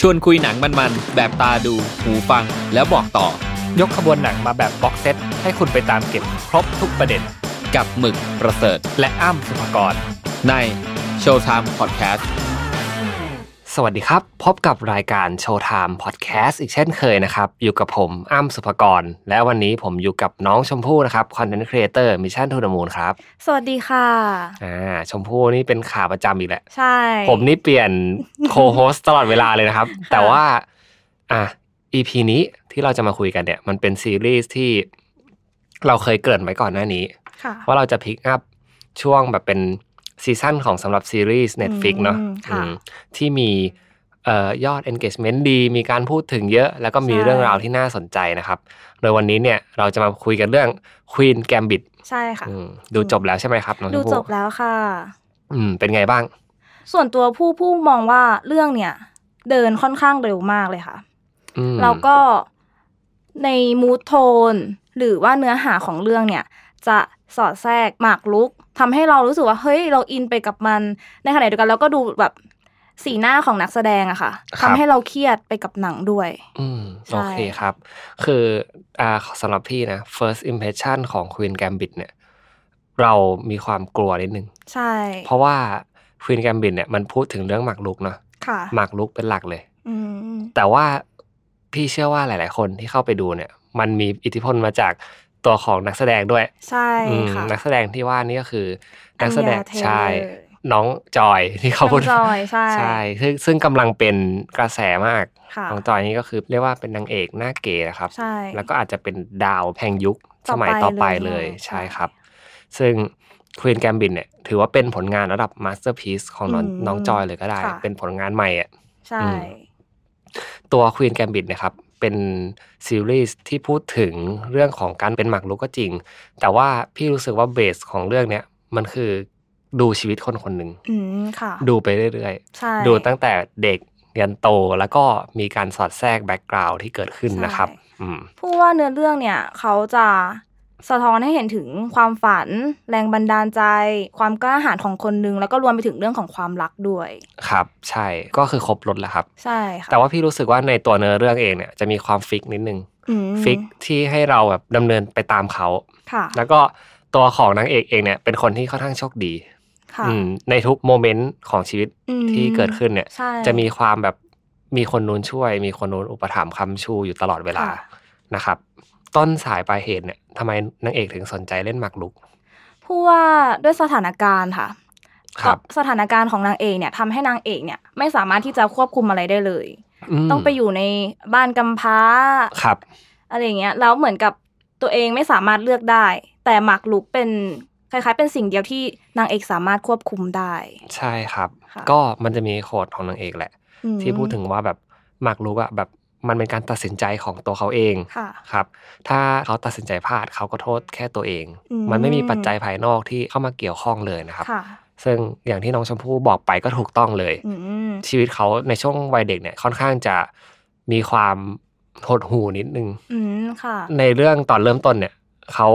ชวนคุยหนังมันๆ แบบตาดู หูฟัง แล้วบอกต่อ ยกขบวนหนังมาแบบบ็อกเซตให้คุณไปตามเก็บครบทุกประเด็น กับหมึกประเสริฐ และอ้ำสุภกร ในโชว์ไทม์พอดแคสต์ สวัสดีครับ พบกับรายการโชว์ไทม์พอดแคสต์อีกเช่นเคยนะครับ อยู่กับผมอ้ำสุภกร และวันนี้ผมอยู่กับน้องชมพู่นะครับคอนเทนต์ครีเอเตอร์มิชชั่นทูดมูลครับ สวัสดีค่ะ อ่าชมพู่นี่เป็นขาประจำอีกแหละ ใช่ ผมนี่เปลี่ยนโคโฮสตลอดเวลาเลยนะครับ แต่ว่า อ่ะ EP นี้ที่เราจะมาคุยกันเนี่ย มันเป็นซีรีส์ที่เราเคยเกริ่นไว้ก่อนหน้านี้ ค่ะ ว่าเราจะพิกอัพช่วงแบบเป็นซีซั่นของสำหรับซีรีส์ Netflix เนาะ อืม อื ค่ะ มที่มีเอ่อยอด engagement ดี มีการพูดถึงเยอะ แล้วก็มี ใช่ เรื่องราวที่น่าสนใจนะครับ โดยวันนี้เนี่ยเราจะมาคุยกันเรื่อง Queen Gambit ใช่ค่ะ อืมดูจบแล้วใช่ไหมครับน้องช ดู มพู่ จบแล้วค่ะ อืมเป็นไงบ้าง ส่วนตัวผู้ผู้มองว่าเรื่องเนี่ย เดินค่อนข้างเร็วมากเลยค่ะ อืม แล้วก็ในมูทโทน หรือว่าเนื้อหาของเรื่องเนี่ย จะสอดแทรกหมากลุกทำให้เรารู้สึกว่า เฮ้ย เราอินไปกับมัน ในขณะเดียวกันเราก็ดูแบบสีหน้าของนักแสดงอะค่ะ ครั ทำ บ ให้เราเครียดไปกับหนังด้วย อืม ใช่ โอเคครับ คืออ่าสำหรับพี่นะ first impression ของ Queen Gambit เนี่ย เรามีความกลัวนิดนึง ใช่ เพราะว่า Queen Gambit เนี่ยมันพูดถึงเรื่องหมากรุกเนาะ ค่ะ หมากรุกเป็นหลักเลย อืม แต่ว่าพี่เชื่อว่าหลาย ๆ คนที่เข้าไปดูเนี่ย มันมีอิทธิพลมาจากตัวของนักแสดงด้วย ใช่ อืม ค่ะ นักแสดงที่ว่านี่ก็คือ อั นักแสดง ญญาเทเลอร์ ใช่น้องจอยที่เขาพูด น้องจอยใช่ ใช่ซึ่งซึ่งกำลังเป็นกระแสมาก ค่ะ น้องจอยนี่ก็คือเรียกว่าเป็นนางเอกหน้าเก๋นะครับ ใช่ แล้วก็อาจจะเป็นดาวแห่งยุค ต่ ส อไป มัยต่อไปเล เลย ย ใช่ ใช่ ครับ ซึ่งควีนแกมบินเนี่ยถือว่าเป็นผลงานระดับมาสเตอร์พี e ของน้อง อืม น้องจอยเลยก็ได้ ค่ะ เป็นผลงานใหม่อะ ใช่ อืม ตัวควีนแกมบินนะครับ เป็นซีรีส์ที่พูดถึงเรื่องของการเป็นหมากรุกก็จริง แต่ว่าพี่รู้สึกว่าเบสของเรื่องเนี้ยมันคือดูชีวิตคนคนหนึ่ง อืม ค่ะ ดูไปเรื่อยๆ ใช่ ดูตั้งแต่เด็กยันโตแล้วก็มีการสอดแทรกแบ็กกราวที่เกิดขึ้นนะครับ อืม พูดว่าเนื้อเรื่องเนี่ย เขาจะสะท้อนให้เห็นถึงความฝัน แรงบันดาลใจ ความกล้าหาญของคนหนึง แล้วก็รวมไปถึงเรื่องของความรักด้วย ครับ ใช่ก็คือครบรถแหละครับ ใช่ค่ะ แต่ว่าพี่รู้สึกว่าในตัวเนื้อเรื่องเองเนี่ยจะมีความฟิกนิดนึง อืม ฟิกที่ให้เราแบบดำเนินไปตามเขา ค่ะ แล้วก็ตัวของนางเอกเองเนี่ยเป็นคนที่ค่อนข้างโชคดี ค่ะ อืมในทุกโมเมนต์ของชีวิต อืม ที่เกิดขึ้นเนี่ย ใช่ จะมีความแบบมีคนนู้นช่วย มีคนนู้นอุปถัมภ์คำชูอยู่ตลอดเวลา ค่ะ นะครับ ต้นสายปลายเหตุเนี่ยทำไมนางเอกถึงสนใจเล่นหมากรุก พูดว่าด้วยสถานการณ์ค่ะ ครับ สถานการณ์ของนางเอกเนี่ยทำให้นางเอกเนี่ย ไม่สามารถที่จะควบคุมอะไรได้เลย ม ต้องไปอยู่ในบ้านกำพร้า ครับ อะไรอย่างเงี้ยแล้วเหมือนกับตัวเองไม่สามารถเลือกได้ แต่หมากรุกเป็นคล้ายๆ เป็นสิ่งเดียวที่นางเอกสามารถควบคุมได้ ใช่ครับ ค่ะ ก็มันจะมีโคดของนางเอกแหละ อืม ที่พูดถึงว่าแบบหมากรุกอะแบบมันเป็นการตัดสินใจของตัวเขาเอง ค่ะ ครับ ถ้าเขาตัดสินใจพลาดเขาก็โทษแค่ตัวเอง อืม มันไม่มีปัจจัยภายนอกที่เข้ามาเกี่ยวข้องเลยนะครับ ค่ะ ซึ่งอย่างที่น้องชมพู่บอกไปก็ถูกต้องเลย อืม ชีวิตเขาในช่วงวัยเด็กเนี่ยค่อนข้างจะมีความหดหู่นิดนึง อืมค่ะ ในเรื่องตอนเริ่มต้นเนี่ยเขา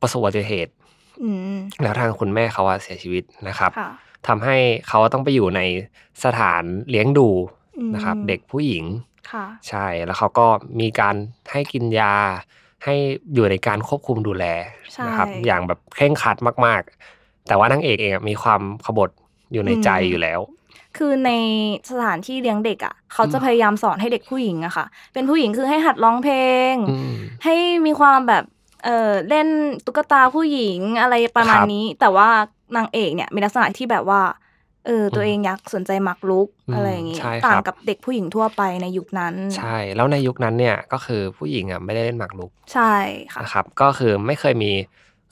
ประสบอุบัติเหตุ อืม แล้วทางคุณแม่เขาอะเสียชีวิตนะครับ ค่ะ ทำให้เขาต้องไปอยู่ในสถานเลี้ยงดู อืม นะครับ เด็กผู้หญิง ค่ะ ใช่ แล้วเขาก็มีการให้กินยา ให้อยู่ในการควบคุมดูแล ใช่ นะครับ อย่างแบบเคร่งครัดมาก ๆ แต่ว่านางเอกเองอะมีความขบฏอยู่ในใจ อืม อยู่แล้ว คือในสถานที่เลี้ยงเด็กอ่ะ เขาจะ อืม พยายามสอนให้เด็กผู้หญิงอะค่ะ เป็นผู้หญิงคือให้หัดร้องเพลง อืม ให้มีความแบบเออเล่นตุ๊กตาผู้หญิงอะไรประมาณ ครับ นี้ แต่ว่านางเอกเนี่ยมีลักษณะที่แบบว่าเออตัว อืม เองอยากสนใจหมักลุก อืม อะไรอย่างงี้ ใช่ครับ ต่างกับเด็กผู้หญิงทั่วไปในยุคนั้น ใช่ แล้วในยุคนั้นเนี่ยก็คือผู้หญิงอ่ะไม่ได้เล่นหมากรุก ใช่ค่ะ นะครับ ก็คือไม่เคยมี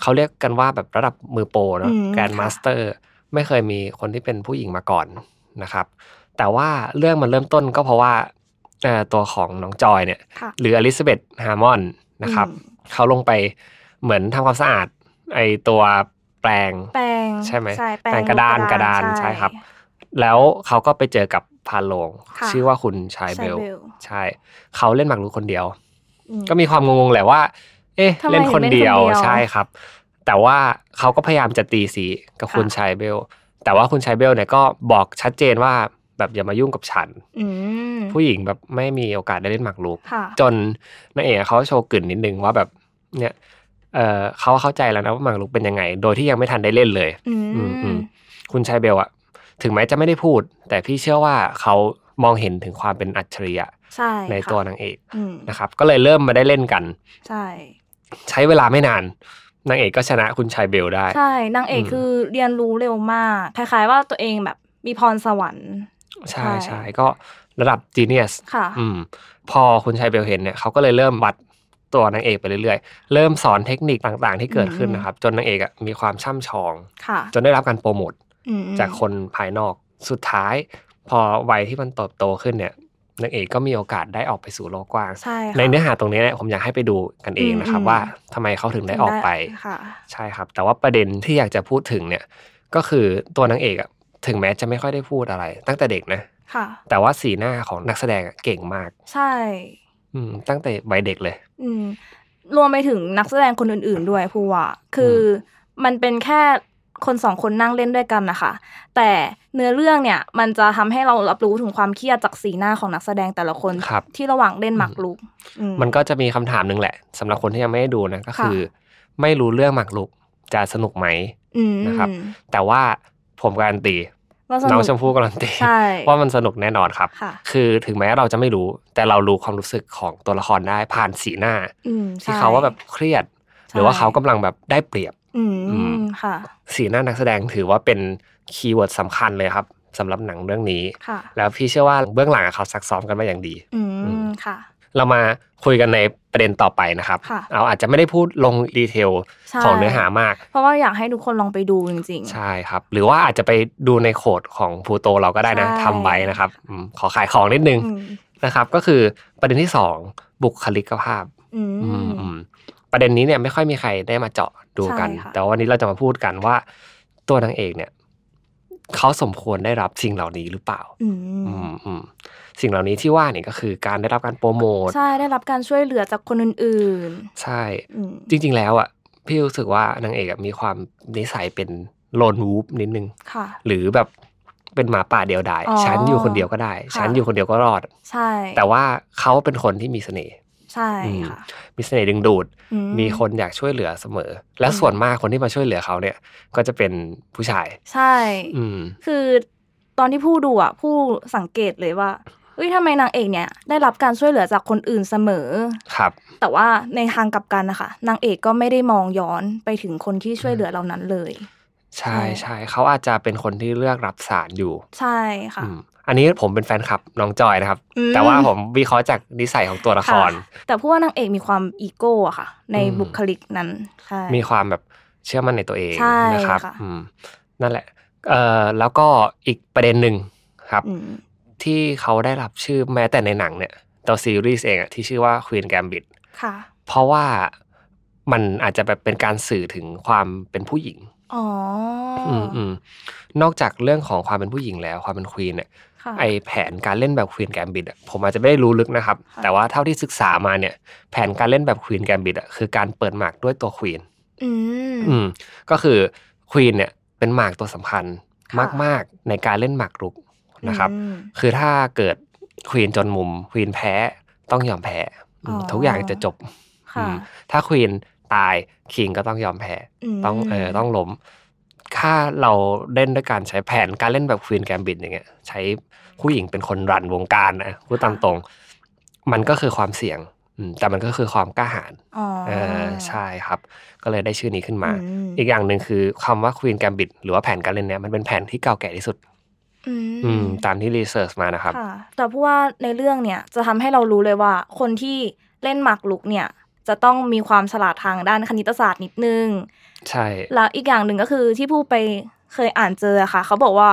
เขาเรียกกันว่าแบบระดับมือโปรเนอะ อืม แกรนด์ ค่ะ มาสเตอร์ ไม่เคยมีคนที่เป็นผู้หญิงมาก่อนนะครับ แต่ว่าเรื่องมันเริ่มต้นก็เพราะว่าเอ่อตัวของน้องจอยเนี่ย ค่ะ หรืออลิซาเบธฮาร์มอนนะครับ อืม เขาลงไปเหมือนทำความสะอาดไอตัวแปลง แปลง ใช่ไหม ใช่แปล แปรงงกระดานกระดานใช่ครับ แล้วเขาก็ไปเจอกับพานโลง ค่ะ ชื่อว่าคุณชาย ใช่ เบล เบล ใช่ เขาเล่นหมากรุกคนเดียว อืม ก็มีความงงๆแหละว่า เอ๊ะ ทำไม เล่นคนเดียว เล่นคนเดียว ใช่ครับ แต่ว่าเขาก็พยายามจะตีสีกับ ค่ะ คุณชายเบล แต่ว่าคุณชายเบลเนี่ยก็บอกชัดเจนว่า แบบอย่ามายุ่งกับฉัน อืม ผู้หญิงแบบไม่มีโอกาสได้เล่นหมากรุก ค่ะ จนนางเอกเขาโชว์กลิ่นนิดนึงว่าแบบเนี่ยเออเขาเข้าใจแล้วนะว่าหมากรุกเป็นยังไง โดยที่ยังไม่ทันได้เล่นเลย อืม อืมอืมคุณชายเบลอะถึงแม้จะไม่ได้พูด แต่พี่เชื่อว่าเขามองเห็นถึงความเป็นอัจฉริยะ ใช่ ใน ค่ะ ตัวนางเอก อืม นะครับ ก็เลยเริ่มมาได้เล่นกัน ใช่ ใช้เวลาไม่นานนางเอกก็ชนะคุณชายเบลได้ ใช่นางเอก อืม คือเรียนรู้เร็วมาก คล้ายๆว่าตัวเองแบบมีพรสวรรค์ ใช่ ใช่ ใช่ก็ระดับจีเนียส ค่ะ อืมพอคุณชายเบลเห็นเนี่ยเขาก็เลยเริ่มวัดตัวนางเอกไปเรื่อยๆ เริ่มสอนเทคนิคต่างๆ ที่เกิดขึ้นนะครับ จนนางเอกอะมีความช่ำชอง ค่ะ จนได้รับการโปรโมท อืม จากคนภายนอกสุดท้าย พอวัยที่มันเติบโตขึ้นเนี่ยนางเอกก็มีโอกาสได้ออกไปสู่โลกกว้าง ใช่ค่ะ ในเนื้อหาตรงนี้เนี่ยผมอยากให้ไปดูกันเองนะครับ อืม ว่าทำไมเขาถึงได้ออกไป ค่ะ ใช่ครับ แต่ว่าประเด็นที่อยากจะพูดถึงเนี่ยก็คือตัวนางเอกอะถึงแม้จะไม่ค่อยได้พูดอะไร ตั้งแต่เด็กนะ ค่ะ แต่ว่าสีหน้าของนักแสดงอะเก่งมาก ใช่ อืมตั้งแต่วัยเด็กเลย อืมรวมไปถึงนักแสดงคนอื่น ๆ ด้วยผู้ว่า คืออมันเป็นแค่คนสองคนนั่งเล่นด้วยกันนะคะ แต่เนื้อเรื่องเนี่ย มันจะทำให้เรารับรู้ถึงความเครียดจากสีหน้าของนักแสดงแต่ละคน ครับ ที่ระหว่างเล่นหมากรุกอื มันก็จะมีคำถามหนึ่งแหละสำหรับคนที่ยังไม่ได้ดูนะก็คือ ไม่รู้เรื่องหมากรุกจะสนุกไหม อืม นะครับ แต่ว่าผมการันตี ว่าส น้ ก องชมพู่การันตี ใช่ ว่ามันสนุกแน่นอนครับ ค่ะ คือถึงแม้เราจะไม่รู้ แต่เรารู้ความรู้สึกของตัวละครได้ผ่านสีหน้า อืม ที่ ใช่ เขาว่าแบบเครียด ใช่ หรือว่าเขากำลังแบบได้เปรียบ อื อืม มค่ะ สีหน้านักแสดงถือว่าเป็นคีย์เวิร์ดสำคัญเลยครับสำหรับหนังเรื่องนี้ ค่ะ แล้วพี่เชื่อว่าเบื้องหลังอะเขาซักซ้อมกันมาอย่างดี อื อื ม ม ค่ะ เรามาคุยกันในประเด็นต่อไปนะครับ ค่ะ เราอาจจะไม่ได้พูดลงดีเทล ใช่ ของเนื้อหามาก เพราะว่าอยากให้ทุกคนลองไปดูจริง ใช่ครับ หรือว่าอาจจะไปดูในโคดของพูโตเราก็ได้นะ ใช่ ทำไว้นะครับอืมขอขายของนิดนึง อืม นะครับ ก็คือประเด็นที่สองบุคลิกภาพ อืม อืมอืมประเด็นนี้เนี่ยไม่ค่อยมีใครได้มาเจาะดูกัน ใช่ค่ะ แต่ว่าวันนี้เราจะมาพูดกันว่า ตัวนางเอกเนี่ยเขาสมควรได้รับสิ่งเหล่านี้หรือเปล่า อื อื ม มอืมสิ่งเหล่านี้ที่ว่าเนี่ยก็คือการได้รับการโปรโมท ใช่ได้รับการช่วยเหลือจากคนอื่น ใช่ ๆอืม จริงๆ แล้วอ่ะพี่รู้สึกว่านางเอกอะมีความนิสัยเป็นโลนวูฟนิดนึง ค่ะ หรือแบบเป็นหมาป่าเดียวดาย อ๋อ ฉันอยู่คนเดียวก็ได้ ค่ะ ฉันอยู่คนเดียวก็รอด ใช่ แต่ว่าเขาเป็นคนที่มีเสน่ห์ ใช่ อืม ค่ะ มีเสน่ห์ดึงดูด อื มีคนอยากช่วยเหลือเสมอ และส่วนมากคนที่มาช่วยเหลือเขาเนี่ย ก็จะเป็นผู้ชาย ใช่ อืม คือตอนที่ผู้ดูอ่ะผู้สังเกตเลยว่าเอ้ยทำไมนางเอกเนี่ย ได้รับการช่วยเหลือจากคนอื่นเสมอ ครับ แต่ว่าในทางกลับกันนะคะนางเอกก็ไม่ได้มองย้อนไปถึงคนที่ช่วยเหลือเหล่านั้นเลย ใช่ ใช่ ใช่เขาอาจจะเป็นคนที่เลือกรับสารอยู่ ใช่ค่ะ อืมอันนี้ผมเป็นแฟนคลับน้องจอยนะครับ อืม แต่ว่าผมวิเคราะห์จากนิสัยของตัวละคร ค่ะแต่พูดว่านางเอกมีความอีโก้อะค่ะ ใน อืม บุคลิกนั้นใช่ มีความแบบเชื่อมั่นในตัวเอง ใช่ นะครับ ค่ะ อืมนั่นแหละเอ่อแล้วก็อีกประเด็นหนึ่งครับ อืม ที่เขาได้รับชื่อแม้แต่ในหนังเนี่ยตัวซีรีส์เองอะที่ชื่อว่า Queen Gambit ค่ะ เพราะว่ามันอาจจะแบบเป็นการสื่อถึงความเป็นผู้หญิง อ๋ออ มอืมนอกจากเรื่องของความเป็นผู้หญิงแล้วความเป็นควีนเนี่ย ค่ะ ไอแผนการเล่นแบบควีนแกมบิดอะผมอาจจะไม่ได้รู้ลึกนะครับ ค่ะ แต่ว่าเท่าที่ศึกษามาเนี่ย แผนการเล่นแบบควีนแกมบิดอะคือการเปิดหมากด้วยตัวควีน อืม อืมก็คือควีนเนี่ยเป็นหมากตัวสำคัญ ค่ะ มากๆในการเล่นหมากรุกนะครับ อืม คือถ้าเกิดควีนจนมุมควีนแพ้ต้องยอมแพ้อืม อ๋อ ทุกอย่างจะจบอื ค่ะ มถ้าควีนตายคิงก็ต้องยอมแพ้ ม ต้องเออต้องล้มถ้าเราเล่นด้วยการใช้แผนการเล่นแบบควีนแกมบิดอย่างเงี้ยใช้ผู้หญิงเป็นคนรันวงการนะพูดตามตรง มันก็คือความเสี่ยงอืมแต่มันก็คือความกล้าหาญ อ๋อ เออใช่ครับ ก็เลยได้ชื่อนี้ขึ้นมา อืม อีกอย่างหนึ่งคือคำว่าควีนแกมบิดหรือว่าแผนการเล่นเนี้ยมันเป็นแผนที่เก่าแก่ที่สุด อืม อืมตามที่รีเสิร์ชมานะครับ ค่ะแต่เพราะว่าในเรื่องเนี่ยจะทำให้เรารู้เลยว่าคนที่เล่นหมากรุกเนี่ย จะต้องมีความฉลาดทางด้านคณิตศาสตร์นิดนึง ใช่ แล้วอีกอย่างหนึ่งก็คือที่ผู้ไปเคยอ่านเจออะค่ะ เขาบอกว่า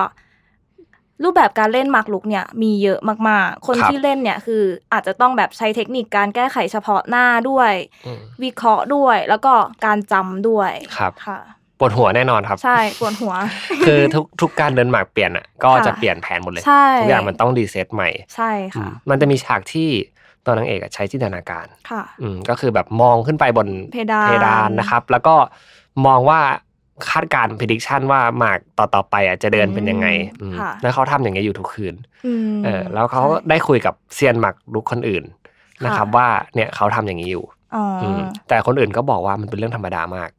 รูปแบบการเล่นหมากรุกเนี่ย มีเยอะมากๆ คน ครับ ที่เล่นเนี่ยคืออาจจะต้องแบบใช้เทคนิคการแก้ไขเฉพาะหน้าด้วย อืม วิเคราะห์ด้วย แล้วก็การจำด้วย ครับ ค่ะ ปวดหัวแน่นอนครับ ใช่ปวดหัว คือทุกทุกการเดินหมากเปลี่ยนอ่ะ ก็ ค่ะ จะเปลี่ยนแผนหมดเลย ใช่ ทุกอย่างมันต้องรีเซ็ตใหม่ ใช่ อื ค่ะ มมันจะมีฉากที่ตัวนางเอกอะใช้จินตนาการ ค่ะ อืมก็คือแบบมองขึ้นไปบน เพดาน นะครับ แล้วก็มองว่า คาดการณ์ prediction ว่าหมากต่อๆไปอ่ะจะเดินเป็นยังไง อืม อืม ค่ะ แล้วเขาทำอย่างเงี้ยอยู่ทุกคืน อืม เออแล้วเขาได้คุยกับเซียนหมักลุกคนอื่นนะครับ ค่ะ ว่าเนี่ยเขาทำอย่างนี้อยู่ อ๋ออ มแต่คนอื่นก็บอกว่ามันเป็นเรื่องธรรมดามาก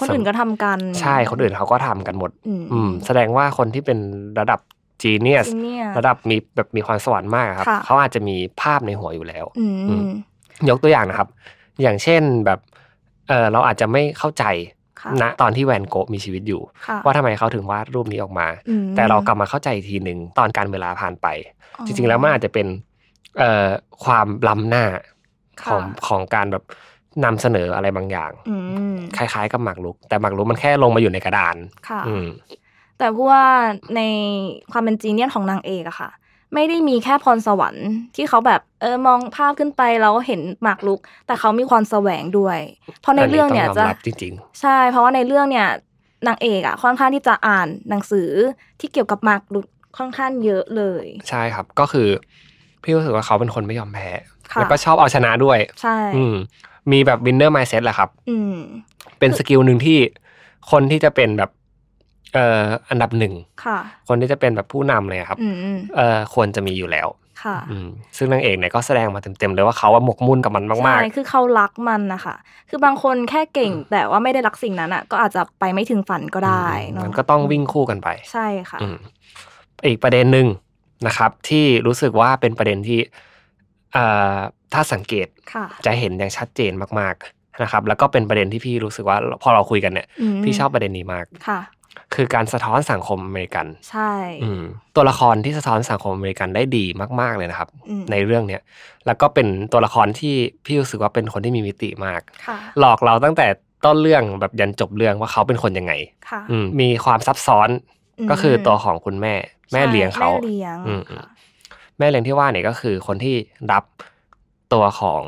คนอื่นก็ทำกัน ใช่คนอื่นเขาก็ทำกันหมด อื อื ม ม แสดงว่าคนที่เป็นระดับจีเนียส จริงเนี่ย ระดับมีแบบมีความสวรรค์มากอะครับ ค่ะ เขาอาจจะมีภาพในหัวอยู่แล้ว อื อื ม ม ยกตัวอย่างนะครับ อย่างเช่นแบบเออเราอาจจะไม่เข้าใจ ค่ะ ณตอนที่แวนโกะมีชีวิตอยู่ ค่ะ ว่าทำไมเขาถึงวาดรูปนี้ออกมา อืม แต่เรากลับมาเข้าใจอีกทีหนึ่งตอนการเวลาผ่านไป อ๋อ จริงๆแล้วมันอาจจะเป็นเอ่อความล้ำหน้าข ค่ะ องของการแบบนำเสนออะไรบางอย่าง อืม คล้าย ๆ กับหมากรุก แต่หมากรุกมันแค่ลงมาอยู่ในกระดาน ค่ะ อืม แต่เพราะว่าในความเป็นจีเนียสของนางเอกอะค่ะ ไม่ได้มีแค่พรสวรรค์ที่เขาแบบเออมองภาพขึ้นไปแล้วเห็นหมากรุก แต่เขามีความแสวงด้วย เพราะในเรื่องเนี่ย อั จะ นนี้ต้องยอมรับจริง ใช่ เพราะว่าในเรื่องเนี่ยนางเอกอะค่อนข้างที่จะอ่านหนังสือที่เกี่ยวกับหมากรุกค่อนข้างเยอะเลย ใช่ครับ ก็คือ พี่รู้สึกว่าเขาเป็นคนไม่ยอมแพ้ ค่ะ แล้วก็ชอบเอาชนะด้วย ใช่ อืม มีแบบวินเนอร์ไมเซ็ตแหละครับ อืม เป็นสกิลหนึ่งที่คนที่จะเป็นแบบเอ่ออันดับหนึ่ง ค่ะ คนที่จะเป็นแบบผู้นำเลยอะครับ อืมอืม เอ่อควรจะมีอยู่แล้ว ค่ะ อืมซึ่งนางเอกเนี่ยก็แสดงมาเต็มๆเลยว่าเขาว่าหมกมุ่นกับมันมาก ใช่ คือเขารักมันนะคะ คือบางคนแค่เก่งแต่ว่าไม่ได้รักสิ่งนั้นอ่ะ ก็อาจจะไปไม่ถึงฝันก็ ๆ ได้ อืม เนาะ มันก็ต้องวิ่งคู่กันไป ใช่ค่ะ อืมอีกประเด็นหนึ่งนะครับ ที่รู้สึกว่าเป็นประเด็นที่เอ่อถ้าสังเกต ค่ะ จะเห็นอย่างชัดเจนมากๆนะครับ แล้วก็เป็นประเด็นที่พี่รู้สึกว่าพอเราคุยกันเนี่ย ม พี่ชอบประเด็นนี้มาก ค่ะ คือการสะท้อนสังคมอเมริกัน ใช่ อืมตัวละครที่สะท้อนสังคมอเมริกันได้ดีมาก ๆเลยนะครับ อืม ในเรื่องเนี้ยแล้วก็เป็นตัวละครที่พี่รู้สึกว่าเป็นคนที่มีมิติมาก ค่ะ หลอกเราตั้งแต่ต้นเรื่องแบบยันจบเรื่องว่าเขาเป็นคนยังไง ค่ะ อืมมีความซับซ้อน ม ก็คือตัวของคุณแม่ แม่เลี้ยงเขา ใช่แม่เลี้ยง อืม ค่ะ แม่เลี้ยงที่ว่าเนี่ยก็คือคนที่รับตัวของ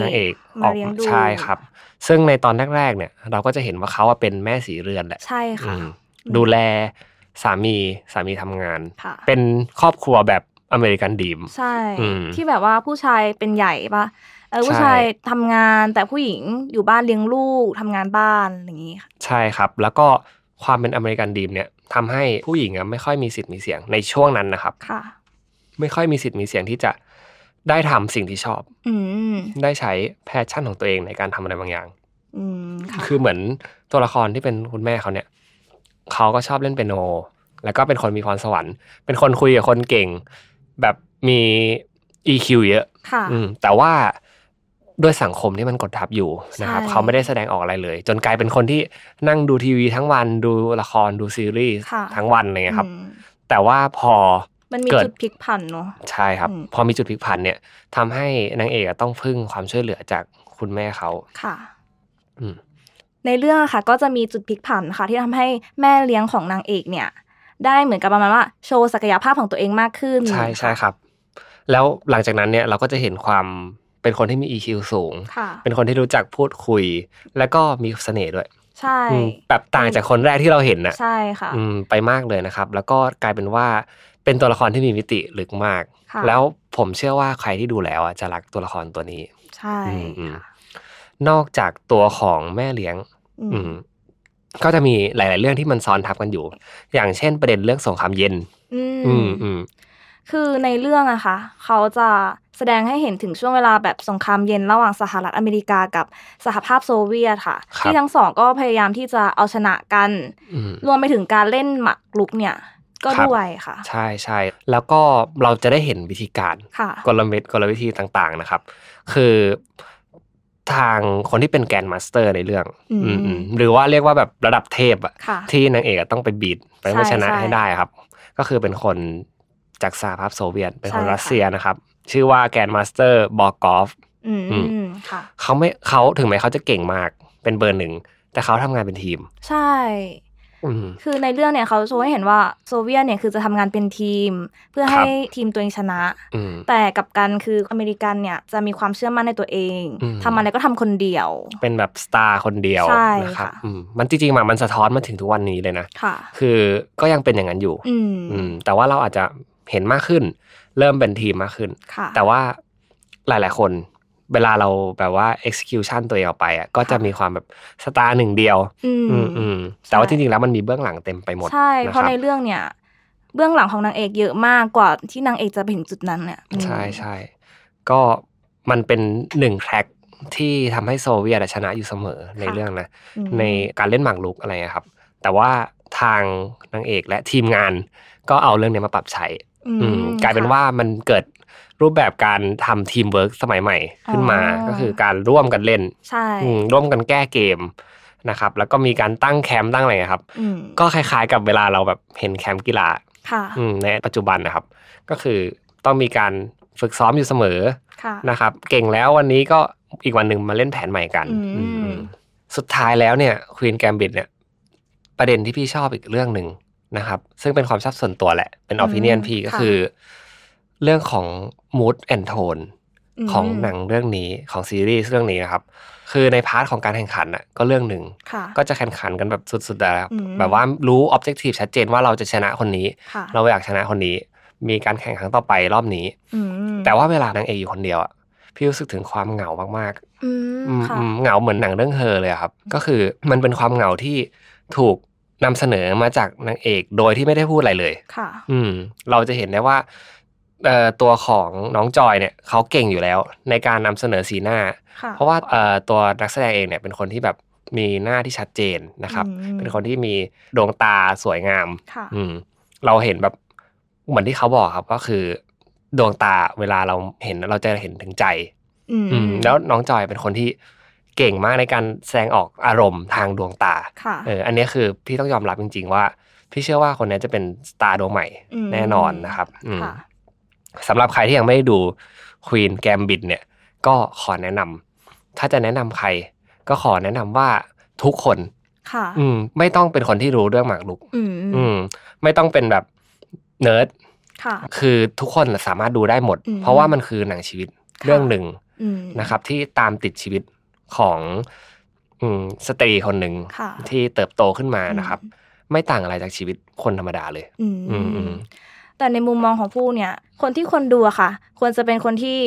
นางเอก อ มา อก เลี้ยงดู ใช่ครับ ซึ่งในตอนแรกๆเนี่ย เราก็จะเห็นว่าเขาอะเป็นแม่สีเรือนแหละ ใช่ค่ะ อืมดูแลสามีสามีทำงาน ค่ะ เป็นครอบครัวแบบอเมริกันดีม ใช่ อืม ที่แบบว่าผู้ชายเป็นใหญ่ปะเออ ใช่ ผู้ชายทำงานแต่ผู้หญิงอยู่บ้านเลี้ยงลูกทำงานบ้านอย่างนี้ค่ะ ใช่ครับ แล้วก็ความเป็นอเมริกันดีมเนี่ยทำให้ผู้หญิงอะไม่ค่อยมีสิทธิ์มีเสียงในช่วงนั้นนะครับ ค่ะ ไม่ค่อยมีสิทธิ์มีเสียงที่จะได้ทำสิ่งที่ชอบ อืม ได้ใช้แพชชั่นของตัวเองในการทำอะไรบางอย่าง อืมค่ะ คือเหมือนตัวละครที่เป็นคุณแม่เขาเนี่ยเขาก็ชอบเล่นเปียโน แล้วก็เป็นคนมีพรสวรรค์ เป็นคนคุยกับคนเก่ง แบบมี EQ เยอะ ค่ะ อืมแต่ว่าด้วยสังคมที่มันกดทับอยู่นะครับ ใช่ เขาไม่ได้แสดงออกอะไรเลย จนกลายเป็นคนที่นั่งดูทีวีทั้งวันดูละครดูซีรีส์ ค่ะ ทั้งวันอะไรเงี้ยครับ อืม แต่ว่าพอ มันมี เกิด จุดพลิกผันเนาะ ใช่ครับ อืม พอมีจุดพลิกผันเนี่ยทำให้นางเอกอะต้องพึ่งความช่วยเหลือจากคุณแม่เขา ค่ะ อืม ในเรื่องอะค่ะ ก็จะมีจุดพลิกผันค่ะ ที่ทำให้แม่เลี้ยงของนางเอกเนี่ย ได้เหมือนกับประมาณว่าโชว์ศักยภาพของตัวเองมากขึ้น ใช่ใช่ครับ แล้วหลังจากนั้นเนี่ยเราก็จะเห็นความเป็นคนที่มี EQ สูง ค่ะ เป็นคนที่รู้จักพูดคุย แล้วก็มีเสน่ห์ด้วย ใช่ อืมแบบต่างจากคนแรกที่เราเห็นน่ะ ใช่ค่ะ อืมไปมากเลยนะครับ แล้วก็กลายเป็นว่าเป็นตัวละครที่มีมิติลึกมาก ค่ะ แล้วผมเชื่อว่าใครที่ดูแล้วอ่ะจะรักตัวละครตัวนี้ ใช่ อืมอืม ค่ะ นอกจากตัวของแม่เลี้ยง อื อื ม มก็จะมีหลาย ๆ เรื่องที่มันซ้อนทับกันอยู่ อย่างเช่นประเด็นเรื่องสงครามเย็น อืม อืมอืม คือในเรื่องอะค่ะเขาจะแสดงให้เห็นถึงช่วงเวลาแบบสงครามเย็นระหว่างสหรัฐอเมริกากับสหภาพโซเวียตค่ะ ครับ ที่ทั้งสองก็พยายามที่จะเอาชนะกัน อืม รวมไปถึงการเล่นหมากรุกเนี่ย ก็ ครับ ด้วยค่ะ ใช่ใช่แล้วก็เราจะได้เห็นวิธีการ ค่ะ กลเม็ดกลวิธีต่าง ๆ นะครับ คือทางคนที่เป็นแกนมาสเตอร์ในเรื่อง อืม อืมอืมหรือว่าเรียกว่าแบบระดับเทพอะ ค่ะ ที่นางเอกอะต้องไปบีดไปเอาชนะ ใช่ ให้ได้ครับ ก็คือเป็นคนจากสหภาพโซเวียต เป็นคน ใช่ค่ะ รัสเซียนะครับ ชื่อว่าแกรนด์มาสเตอร์บอกอฟ อืม อืม อืมค่ะ เขาไม่เขาถึงแม้เขาจะเก่งมากเป็นเบอร์หนึ่ง แต่เขาทำงานเป็นทีม ใช่ อืม คือในเรื่องเนี่ยเขาโชว์ให้เห็นว่าโซเวียตเนี่ยคือจะทำงานเป็นทีม เพื่อ ครั ให้ บ ทีมตัวเองชนะ อืม แต่กลับกันคืออเมริกันเนี่ยจะมีความเชื่อมั่นในตัวเอง อืม ทำอะไรก็ทำคนเดียว เป็นแบบสตาร์คนเดียว ใช่ นะครับ ค่ะ อืมมันจริงๆมามันสะท้อนมาถึงทุกวันนี้เลยนะ ค่ะ คือก็ยังเป็นอย่างนั้นอยู่ อืม อืม แต่ว่าเราอาจจะเห็นมากขึ้น เริ่มเป็นทีมมากขึ้น ค่ะ แต่ว่าหลาย ๆ คน เวลาเราแบบว่า execution ตัวเองออกไปอ่ะก็จะมีความแบบสตาร์หนึ่งเดียว อืม อืมอืมแต่ว่าจริงๆแล้วมันมีเบื้องหลังเต็มไปหมด ใช่ นะ เพ ค ราะ รับ ในเรื่องเนี่ย เบื้องหลังของนางเอกเยอะมากกว่าที่นางเอกจะไปถึงจุดนั้นเนี่ยอืม ใช่ใช่ก็มันเป็นหนึ่งแทร็กที่ทำให้โซเวียตอะชนะอยู่เสมอในเรื่องนะ อืม ในการเล่นหมากรุกอะไรอะครับ แต่ว่าทางนางเอกและทีมงานก็เอาเรื่องเนี้ยมาปรับใช้ อืม อืมกลายเป็นว่ามันเกิดรูปแบบการทำทีมเวิร์กสมัยใหม่ขึ้นมาก็คือการร่วมกันเล่น ใช่ อืมร่วมกันแก้เกมนะครับ แล้วก็มีการตั้งแคมป์ตั้งอะไรนะครับ อืม ก็คล้ายๆกับเวลาเราแบบเห็นแคมป์กีฬา ค่ะ อืมในปัจจุบันนะครับ ก็คือต้องมีการฝึกซ้อมอยู่เสมอ ค่ะ นะครับ เก่งแล้ววันนี้ก็อีกวันหนึ่งมาเล่นแผนใหม่กัน อืม อืมอืมสุดท้ายแล้วเนี่ยควีนแกมบิดเนี่ยประเด็นที่พี่ชอบอีกเรื่องหนึ่งนะครับ ซึ่งเป็นความชอบส่วนตัวแหละ เป็นออ i ิเนียนพี่ก็คือ เรื่องของ mood and tone ม ของหนังเรื่องนี้ของซีรีส์เรื่องนี้นะครับ คือในพาร์ทของการแข่งขันน่ะก็เรื่องหนึ่ง ค่ะ ก็จะแข่งขันกันแบบสุดๆแล้วครับ อืม แบบว่ารู้ออบเจกตีฟชัดเจนว่าเราจะชนะคนนี้ ค่ะ เราอยากชนะคนนี้ มีการแข่งขันต่อไปรอบนี้ อืม แต่ว่าเวลานางเอกอยู่คนเดียวอะพี่รู้สึกถึงความเหงามาก อื ๆ ม อืม ค่ะ อืมเหงาเหมือนหนังเรื่องเธอเลยอะครับ ก็คือมันเป็นความเหงาที่ถูกนำเสนอมาจากนางเอกโดยที่ไม่ได้พูดอะไรเลย ค่ะ อืมเราจะเห็นได้ว่าเอ่อตัวของน้องจอยเนี่ยเขาเก่งอยู่แล้ว ในการนำเสนอสีหน้า ค่ะ เพราะว่าเอ่อตัวนักแสดงเองเนี่ยเป็นคนที่แบบมีหน้าที่ชัดเจนนะครับ อืม เป็นคนที่มีดวงตาสวยงาม ค่ะ อืม เราเห็นแบบเหมือนที่เขาบอกครับก็คือ ดวงตาเวลาเราเห็นเราจะเห็นถึงใจ อืม อืม แล้วน้องจอยเป็นคนที่เก่งมากในการแสดงออกอารมณ์ทางดวงตา ค่ะ เออ อันเนี้ยคือพี่ต้องยอมรับจริง ๆ ว่า พี่เชื่อว่าคนเนี้ยจะเป็นสตาร์ดวงใหม่ อืม แน่นอนนะครับอืม ค่ะ สำหรับใครที่ยังไม่ได้ดูควีนแกมบิดเนี่ย ก็ขอแนะนำถ้าจะแนะนำใคร ก็ขอแนะนำว่าทุกคน ค่ะ อืม ไม่ต้องเป็นคนที่รู้เรื่องหมากรุก อื อื ม ม ไม่ต้องเป็นแบบเนิร์ด ค่ะ คือทุกคนสามารถดูได้หมด อืม เพราะว่ามันคือหนังชีวิต ค่ะ เรื่องหนึ่ง อืม นะครับ ที่ตามติดชีวิตของอืมสตรีคนหนึ่ง ค่ะ ที่เติบโตขึ้นมา อืม นะครับ ไม่ต่างอะไรจากชีวิตคนธรรมดาเลย อืม อืมอืม แต่ในมุมมองของผู้เนี่ย คนที่คนดูอะค่ะ ควรจะเป็นคนที่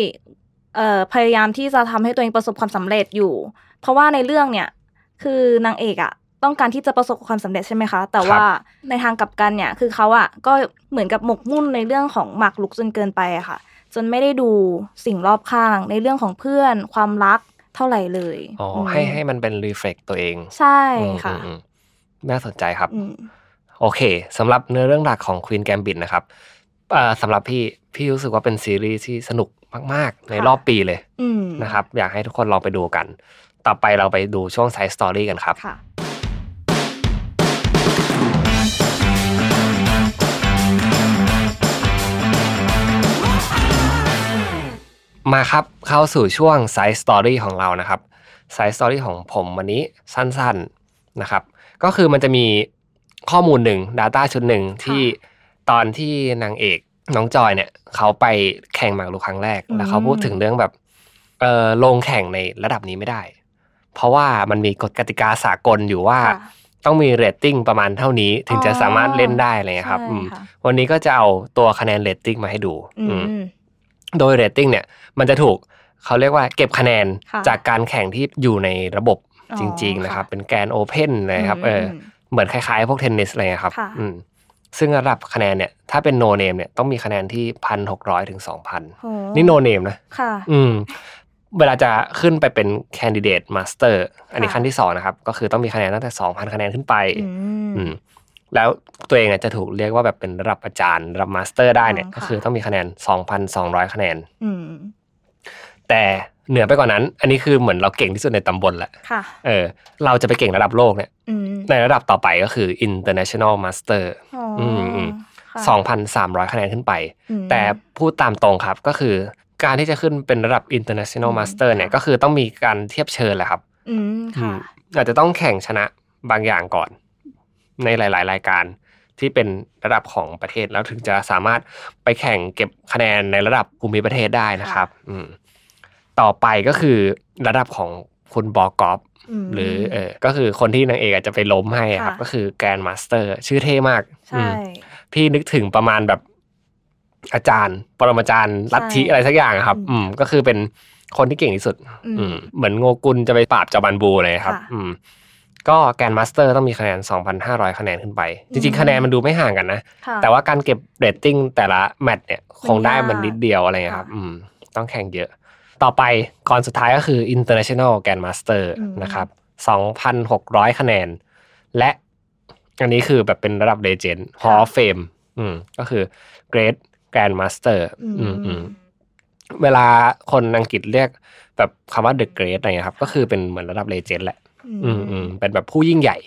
เอ่อพยายามที่จะทำให้ตัวเองประสบความสำเร็จอยู่ เพราะว่าในเรื่องเนี่ย คือนางเอกอะต้องการที่จะประสบความสำเร็จใช่ไหมคะ แต่ว่าในทางกลับกันเนี่ย คือเขาอะก็เหมือนกับหมกมุ่นในเรื่องของหมากลุกจนเกินไปอะค่ะ จนไม่ได้ดูสิ่งรอบข้าง ในเรื่องของเพื่อนความรักเท่าไหร่เลย อ๋ออ ม ให้ให้มันเป็นรีเฟล็กตัวเอง ใช่ อืม ค่ะ อืมอืมน่าสนใจครับ อืม โอเคสำหรับเนื้อเรื่องหลักของ Queen Gambit นะครับเอ่อสำหรับพี่พี่รู้สึกว่าเป็นซีรีส์ที่สนุกมาก ๆ ใน ค่ะ รอบปีเลย อืม นะครับ อยากให้ทุกคนลองไปดูกัน ต่อไปเราไปดูช่วงไซส์สตอรี่กันครับ ค่ะ มาครับเข้าสู่ช่วงไซส์สตอรี่ของเรานะครับไซส์สตอรี่ของผมวันนี้สั้นๆนะครับ ก็คือมันจะมีข้อมูลหนึ่ง Data ชุดหนึ่งที่ตอนที่นางเอกน้องจอยเนี่ยเขาไปแข่งหมากรุกครั้งแรก อืม แล้วเขาพูดถึงเรื่องแบบเออลงแข่งในระดับนี้ไม่ได้ เพราะว่ามันมีกฎกติกาสากลอยู่ว่า ค่ะ ต้องมีเรตติ้งประมาณเท่านี้ถึงจะสามารถเล่นได้อะไรเลยครับ ใช่ อืม ค่ะ วันนี้ก็จะเอาตัวคะแนนเรตติ้งมาให้ดู อื อืม ม โดยเรตติ้งเนี่ยมันจะถูกเขาเรียกว่าเก็บคะแนน ค่ะ จากการแข่งที่อยู่ในระบบ อ๋อ จริง ๆ นะครับ ค่ะ เป็นแกรนด์โอเพ่นนะครับเอออเหมือนคล้ายๆ พวกเทนนิสอะไรเลยครับ ค่ะ อืมซึ่งระดับคะแนนเนี่ยถ้าเป็นโนเนมเนี่ยต้องมีคะแนนที่พันหกร้อยถึงสองพัน โอ้ นี่โนเนมนะ ค่ะ อืมเวลาจะขึ้นไปเป็นแคนดิเดตมาสเตอร์อันนี้ ค่ะ ขั้นที่สองนะครับ ก็คือต้องมีคะแนนตั้งแต่สองพันคะแนนขึ้นไป อืม อืมแล้วตัวเองเนี่ยจะถูกเรียกว่าแบบเป็นระดับอาจารย์ระดับมาสเตอร์ได้เนี่ย อ่าค่ะ ก็คือต้องมีคะแนน 2,200 คะแนน อืม แต่เหนือไปกว่านั้น อันนี้คือเหมือนเราเก่งที่สุดในตำบลแหละ ค่ะ เออเราจะไปเก่งระดับโลกเนี่ย อืม ในระดับต่อไปก็คือ international master อ๋ออ มอืม ค่ะ 2,300 คะแนนขึ้นไป อืม แต่พูดตามตรงครับก็คือการที่จะขึ้นเป็นระดับ international อืม master เนี่ยก็คือต้องมีการเทียบเชิญแหละครับ อืม ค่ะ อืมอาจจะต้องแข่งชนะบางอย่างก่อน ในหลาย ๆ รายการที่เป็นระดับของประเทศแล้วถึงจะสามารถไปแข่งเก็บคะแนนในระดับภูมิประเทศได้นะครับ อืมต่อไปก็คือระดับของคุณบอกอฟ ม หรือเออก็คือคนที่นางเอกอาจจะไปล้มให้อะครับ ค่ะ ก็คือแกรนมาสเตอร์ชื่อเท่มาก ใช่ อืมพี่นึกถึงประมาณแบบอาจารย์ ปรมาจารย์ลัทธิ ใช่ อะไรสักอย่างอะครับ อืม อืมก็คือเป็น คนที่เก่งที่สุด อืม อืมเหมือนโงกุลจะไปปราบจาบันบูเลยครับ ค่ะ อืม ก็แกรนด์มาสเตอร์ต้องมีคะแนน 2,500 คะแนนขึ้นไป จริงๆ คะแนนมันดูไม่ห่างกันนะ ค่ะ แต่ว่าการเก็บเรตติ้งแต่ละแมตช์เนี่ยคงได้มัน มันยาก นิดเดียวอะไรเงี้ยครับ ค่ะ อืม ต้องแข่งเยอะ ต่อไปก่อนสุดท้ายก็คือ International Grandmaster อืม นะครับ 2,600 คะแนน และอันนี้คือแบบเป็นระดับ Legend Hall of Fame อืม ก็คือ Great Grandmaster อืมอืม เวลาคนอังกฤษเรียกแบบคำว่า the great อะไรเงี้ยครับ ก็คือเป็นเหมือนระดับเลเจนด์แหละ อืมอืมเป็นแบบผู้ยิ่งใหญ่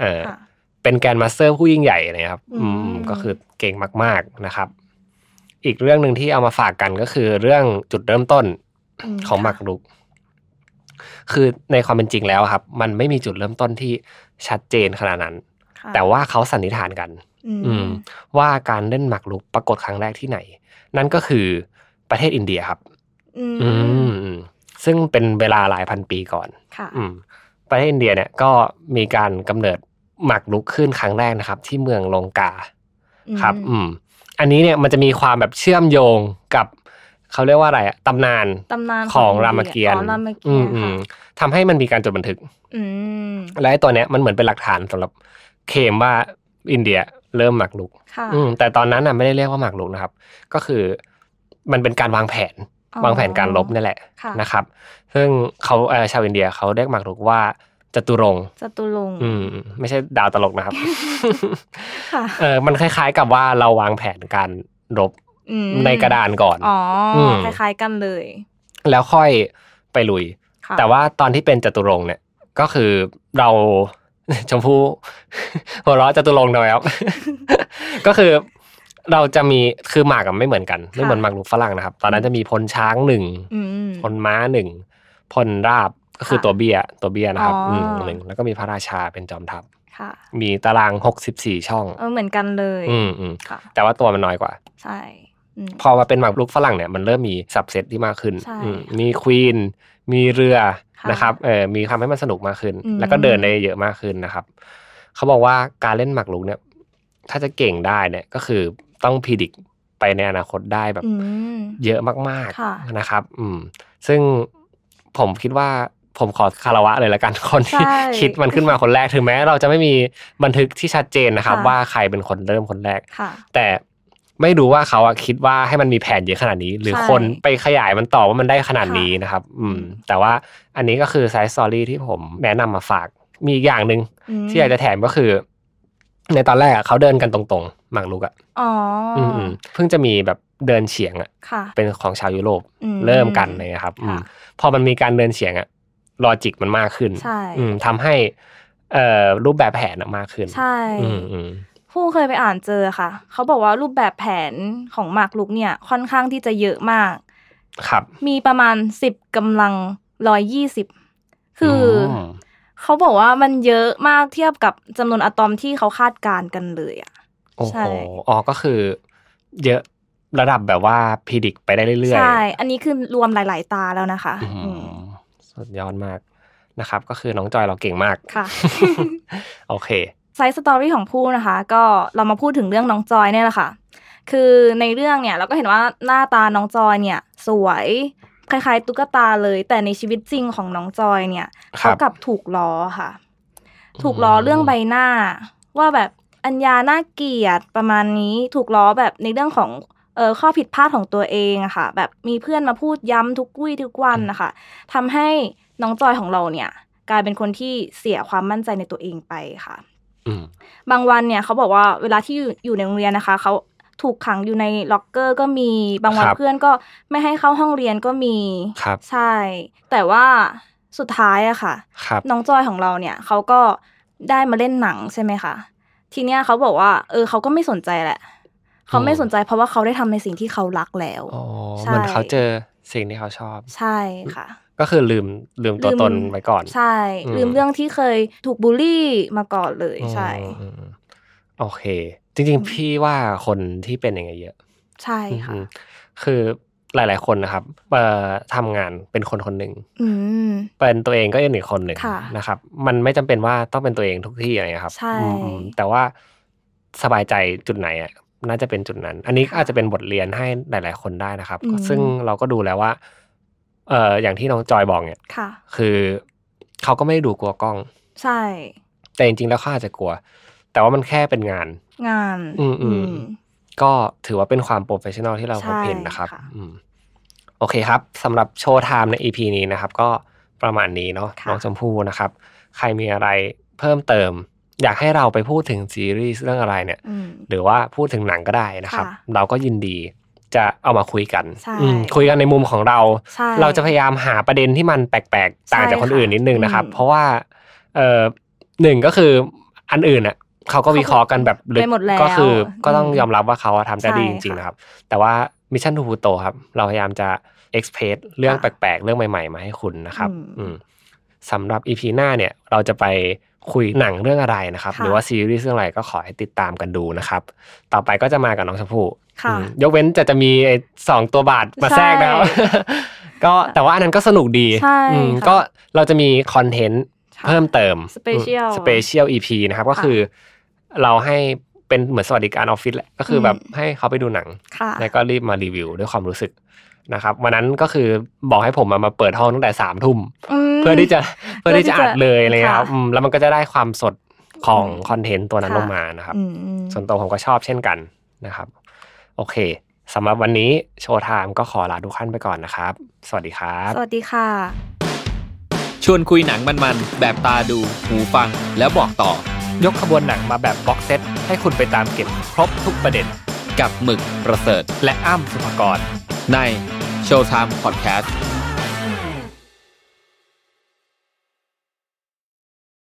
เออ ค่ะ เป็นแกรนด์มาสเตอร์ผู้ยิ่งใหญ่อะไรเงี้ยครับ อืม อืม ก็คือเก่งมาก ๆนะครับ อีกเรื่องหนึ่งที่เอามาฝากกันก็คือเรื่องจุดเริ่มต้นของหมากรุก คือในความเป็นจริงแล้วครับ มันไม่มีจุดเริ่มต้นที่ชัดเจนขนาดนั้น ค่ะ แต่ว่าเขาสันนิษฐานกัน อืม อืม ว่าการเล่นหมากรุกปรากฏครั้งแรกที่ไหน นั่นก็คือประเทศอินเดียครับ อืม อืมอืมซึ่งเป็นเวลาหลายพันปีก่อน ค่ะ อืมประเทศอินเดียเนี่ยก็มีการกำเนิดหมากรุกขึ้นครั้งแรกนะครับ ที่เมืองลงกาครับ อืม อันนี้เนี่ยมันจะมีความแบบเชื่อมโยงกับ เขาเรียกว่าอะไรอะตำนาน ตำนาน ของรามเกียรติ ของรามเกี อื ยร ม ติ อื ค่ะ มทำให้มันมีการจดบันทึก อืม และไอ้ตัวเนี้ยมันเหมือนเป็นหลักฐานสำหรับเคลมว่าอินเดียเริ่มหมากรุก ค่ะ อืมแต่ตอนนั้นน่ะไม่ได้เรียกว่าหมากรุกนะครับ ก็คือมันเป็นการวางแผน อ๋อ วางแผนการลบนี่แหละ ค่ะ นะครับ ซึ่งเขาเอ่อชาวอินเดียเขาเรียกหมากรุกว่าจตุรงค์ จตุรงค์ อืม ไม่ใช่ดาวตลกนะครับ ค่ะ เออมันคล้ายๆกับว่าเราวางแผนการรบ อืม ในกระดานก่อน อ๋ออ ม คล้าย ๆกันเลย แล้วค่อยไปลุย ค่ะ แต่ว่าตอนที่เป็นจตุรงค์เนี่ย ก็คือเรา ชมพู่ หัวเราะจตุรงค์หน่อย ครับ ก็คือเราจะมีคือหมากกับไม่เหมือนกันไม่เหมือนหมากรุกฝรั่งนะครับ ตอนนั้นจะมีพลช้างหนึ่ง อืม พลม้าหนึ่งพลราบก็คือ ค่ะ ตัวเบีย้ยตัวเบี้ยนะครับ อ๋ออื มหนึ่งแล้วก็มีพระราชาเป็นจอมทัพ ค่ะ มีตารางหกสิบสี่ช่อง เออเหมือนกันเลย อืมอืม ค่ะ แต่ว่าตัวมันน้อยกว่า ใช่อืม พอมาเป็นหมากรุกฝรั่งเนี่ยมันเริ่มมีสับเซตที่มากขึ้น ใช่ อืมมีควีนมีเรือ ค่ะ นะครับเออมีทำให้มันสนุกมากขึ้น อืม แล้วก็เดินได้เยอะมากขึ้นนะครับ เขาบอกว่าการเล่นหมากรุกเนี่ย ถ้าจะเก่งได้เนี่ยก็คือต้องพิดิกไปในอนาคตได้แบบ อืม เยอะมาก ค่ะ ๆนะครับ อืม ซึ่งผมคิดว่าผมขอคารวะเลยละกัน คนที่ ใช่ คิดมันขึ้นมาคนแรกถึงแม้เราจะไม่มีบันทึกที่ชัดเจนนะครับ ค่ะ ว่าใครเป็นคนเริ่มคนแรก ค่ะ แต่ไม่รู้ว่าเขาอะคิดว่าให้มันมีแผนเยอะขนาดนี้ หรือ ใช่ คนไปขยายมันต่อว่ามันได้ขนาดนี้ ค่ะ นะครับ อืม อืม แต่ว่าอันนี้ก็คือไซส์สอรี่ที่ผมแนะนำมาฝาก มีอีกอย่างหนึ่ง ม ที่อยากจะแถมก็คือ ในตอนแรกอะเขาเดินกันตรงๆหมากรุกอะ อ๋ออ มอืมเพิ่งจะมีแบบเดินเฉียงอะ ค่ะ เป็นของชาวยุโรป อื เริ่มกันเลยนะครับอืม ค่ะ พอมันมีการเดินเฉียงอะลอจิกมันมากขึ้น ใช่ อืมทำให้เอ่อรูปแบบแผนอะมากขึ้น ใช่ อืมอืม ผู้เคยไปอ่านเจอค่ะ เขาบอกว่ารูปแบบแผนของหมากลุกเนี่ย ค่อนข้างที่จะเยอะมาก ครับ มีประมาณสิบกำลังร้อยยี่สิบคืออ ม เขาบอกว่ามันเยอะมากเทียบกับจำนวนอะตอมที่เขาคาดการณ์กันเลยอ่ะ โอ้โห ใช่ อ๋อก็คือ เยอะระดับแบบว่าพีดิกไปได้เรื่อย ใช่ อันนี้คือรวมหลาย ๆ ตาแล้วนะคะ ๆอืม อืม สุดยอดมากนะครับ ก็คือน้องจอยเราเก่งมาก ค่ะ โอเค ไซส์สตอรี่ของผู้นะคะ ก็เรามาพูดถึงเรื่องน้องจอยเนี่ยแหละค่ะ คือในเรื่องเนี่ยเราก็เห็นว่าหน้าตาน้องจอยเนี่ย สวยคล้ายๆตุ๊กตาเลย แต่ในชีวิตจริงของน้องจอยเนี่ย ครั เขา บ กลับถูกล้อค่ะ ถูกล้อเรื่องใบหน้า ว่าแบบอัญญาน่าเกลียดประมาณนี้ถูกล้อแบบในเรื่องของเออข้อผิดพลาดของตัวเองอะค่ะ แบบมีเพื่อนมาพูดย้ำทุกวี่ทุกวันนะคะทำให้น้องจอยของเราเนี่ย กลายเป็นคนที่เสียความมั่นใจในตัวเองไปค่ะ อืม บางวันเนี่ยเขาบอกว่าเวลาที่อยู่อยู่ในโรงเรียนนะคะเขาถูกขังอยู่ในล็อกเกอร์ก็มีบางวันเพื่อนก็ไม่ให้เข้าห้องเรียนก็มี ครับ ใช่ แต่ว่าสุดท้ายอะค่ะ ครับ น้องจอยของเราเนี่ยเขาก็ได้มาเล่นหนังใช่ไหมคะทีเนี้ยเขาบอกว่า เออเขาก็ไม่สนใจแหละเขาไม่สนใจเพราะว่าเขาได้ทำในสิ่งที่เขารักแล้ว อ๋อ ใช่ เหมือนเขาเจอสิ่งที่เขาชอบ ใช่ค่ะ ก็คือลืมลืมตัวตนไว้ก่อน ใช่ อืม ลืมเรื่องที่เคยถูกบูลลี่มาก่อนเลยใช่ อืมอืมโอเค จริงๆ พี่ว่าคนที่เป็นอย่างเงี้ยเยอะ ใช่ค่ะ อืมคือหลายๆคนนะครับเอ่อทำงานเป็นคนคนหนึ่ง อืม เป็นตัวเองก็เป็นอีกคนหนึ่ง ค่ะ นะครับ มันไม่จำเป็นว่าต้องเป็นตัวเองทุกที่อะไรเงี้ยครับ ใช่ อืมอืมแต่ว่าสบายใจจุดไหนอ่ะน่าจะเป็นจุดนั้น อันนี้ก็ ค่ะ อาจจะเป็นบทเรียนให้หลาย ๆ คนได้นะครับ อืม ซึ่งเราก็ดูแล้วว่า เอ่ออย่างที่น้องจอยบอกเนี่ย ค่ะ คือเขาก็ไม่ได้ดูกลัวกล้อง ใช่ แต่จริงๆแล้วเขาอาจจะกลัว แต่ว่ามันแค่เป็นงาน งาน อืมอืม ม ก็ถือว่าเป็นความโปรเฟชชั่นอลที่เราพบเห็นนะครับ ใช่ค่ะ อืมโอเคครับสำหรับโชว์ไทม์ใน EP นี้นะครับ ก็ประมาณนี้เนาะ ค่ะ น้องชมพู่นะครับ ใครมีอะไรเพิ่มเติม อยากให้เราไปพูดถึงซีรีส์เรื่องอะไรเนี่ย อืม หรือว่าพูดถึงหนังก็ได้นะครับ ค่ะ เราก็ยินดีจะเอามาคุยกัน ใช่ อืมคุยกันในมุมของเรา ใช่ เราจะพยายามหาประเด็นที่มันแปลกๆ ต่างจากคนอื่นนิดนึงนะครับ อืม เพราะว่าเออหนึ่งก็คืออันอื่นอ่ะเขาก็วิเคราะห์กันแบบลึก ไปหมดแล้ว ก็คือก็ต้อง อืม ยอมรับว่าเขาอะทำได้ดี ใช่ จริงๆ ค่ะ นะครับ แต่ว่ามิชชั่นทูพูโตครับ เราพยายามจะเอ็กเพรสเรื่องแปลกๆ เรื่องใหม่ๆ มาให้คุณนะครับ อืม อืมสำหรับอีพีหน้าเนี่ยเราจะไปคุยหนังเรื่องอะไรนะครับ ค่ะ หรือว่าซีรีส์เรื่องอะไรก็ขอให้ติดตามกันดูนะครับ ต่อไปก็จะมากับน้องชมพู่ ค่ะ อืมยกเว้นจะจะมีไอ้สองตัวบาทมาแทรกนะครับ ก็แต่ว่าอันนั้นก็สนุกดี ใช่ อืม ค่ะ ก็เราจะมีคอนเทนต์เพิ่มเติม Special สเปเชียลอีพีนะครับ ก็คือเราให้เป็นเหมือนสวัสดิการออฟฟิศแหละก็คืออ ม แบบให้เขาไปดูหนัง ค่ะ แล้วก็รีบมารีวิวด้วยความรู้สึกนะครับวันนั้นก็คือบอกให้ผมมามาเปิดห้องตั้งแต่สามทุ่ม เพื่อที่จะเพื่อที่จะอัดเลยอะไรเลยครับอืมแล้วมันก็จะได้ความสดของคอนเทนต์ตัวนั้น ค่ะ ลงมานะครับ อืมอืม ส่วนตัวผมก็ชอบเช่นกันนะครับ โอเคสำหรับวันนี้โชว์ไทม์ก็ขอลาทุกท่านไปก่อนนะครับ สวัสดีครับ สวัสดีค่ะ ชวนคุยหนังมันๆ แบบตาดู หูฟัง แล้วบอกต่อย กขบวนหนังมาแบบบ็อกเซตให้คุณไปตามเก็บครบทุกประเด็น กับหมึกประเสริฐ และอ้ำสุภกร ในโชว์ไทม์พอดแคสต์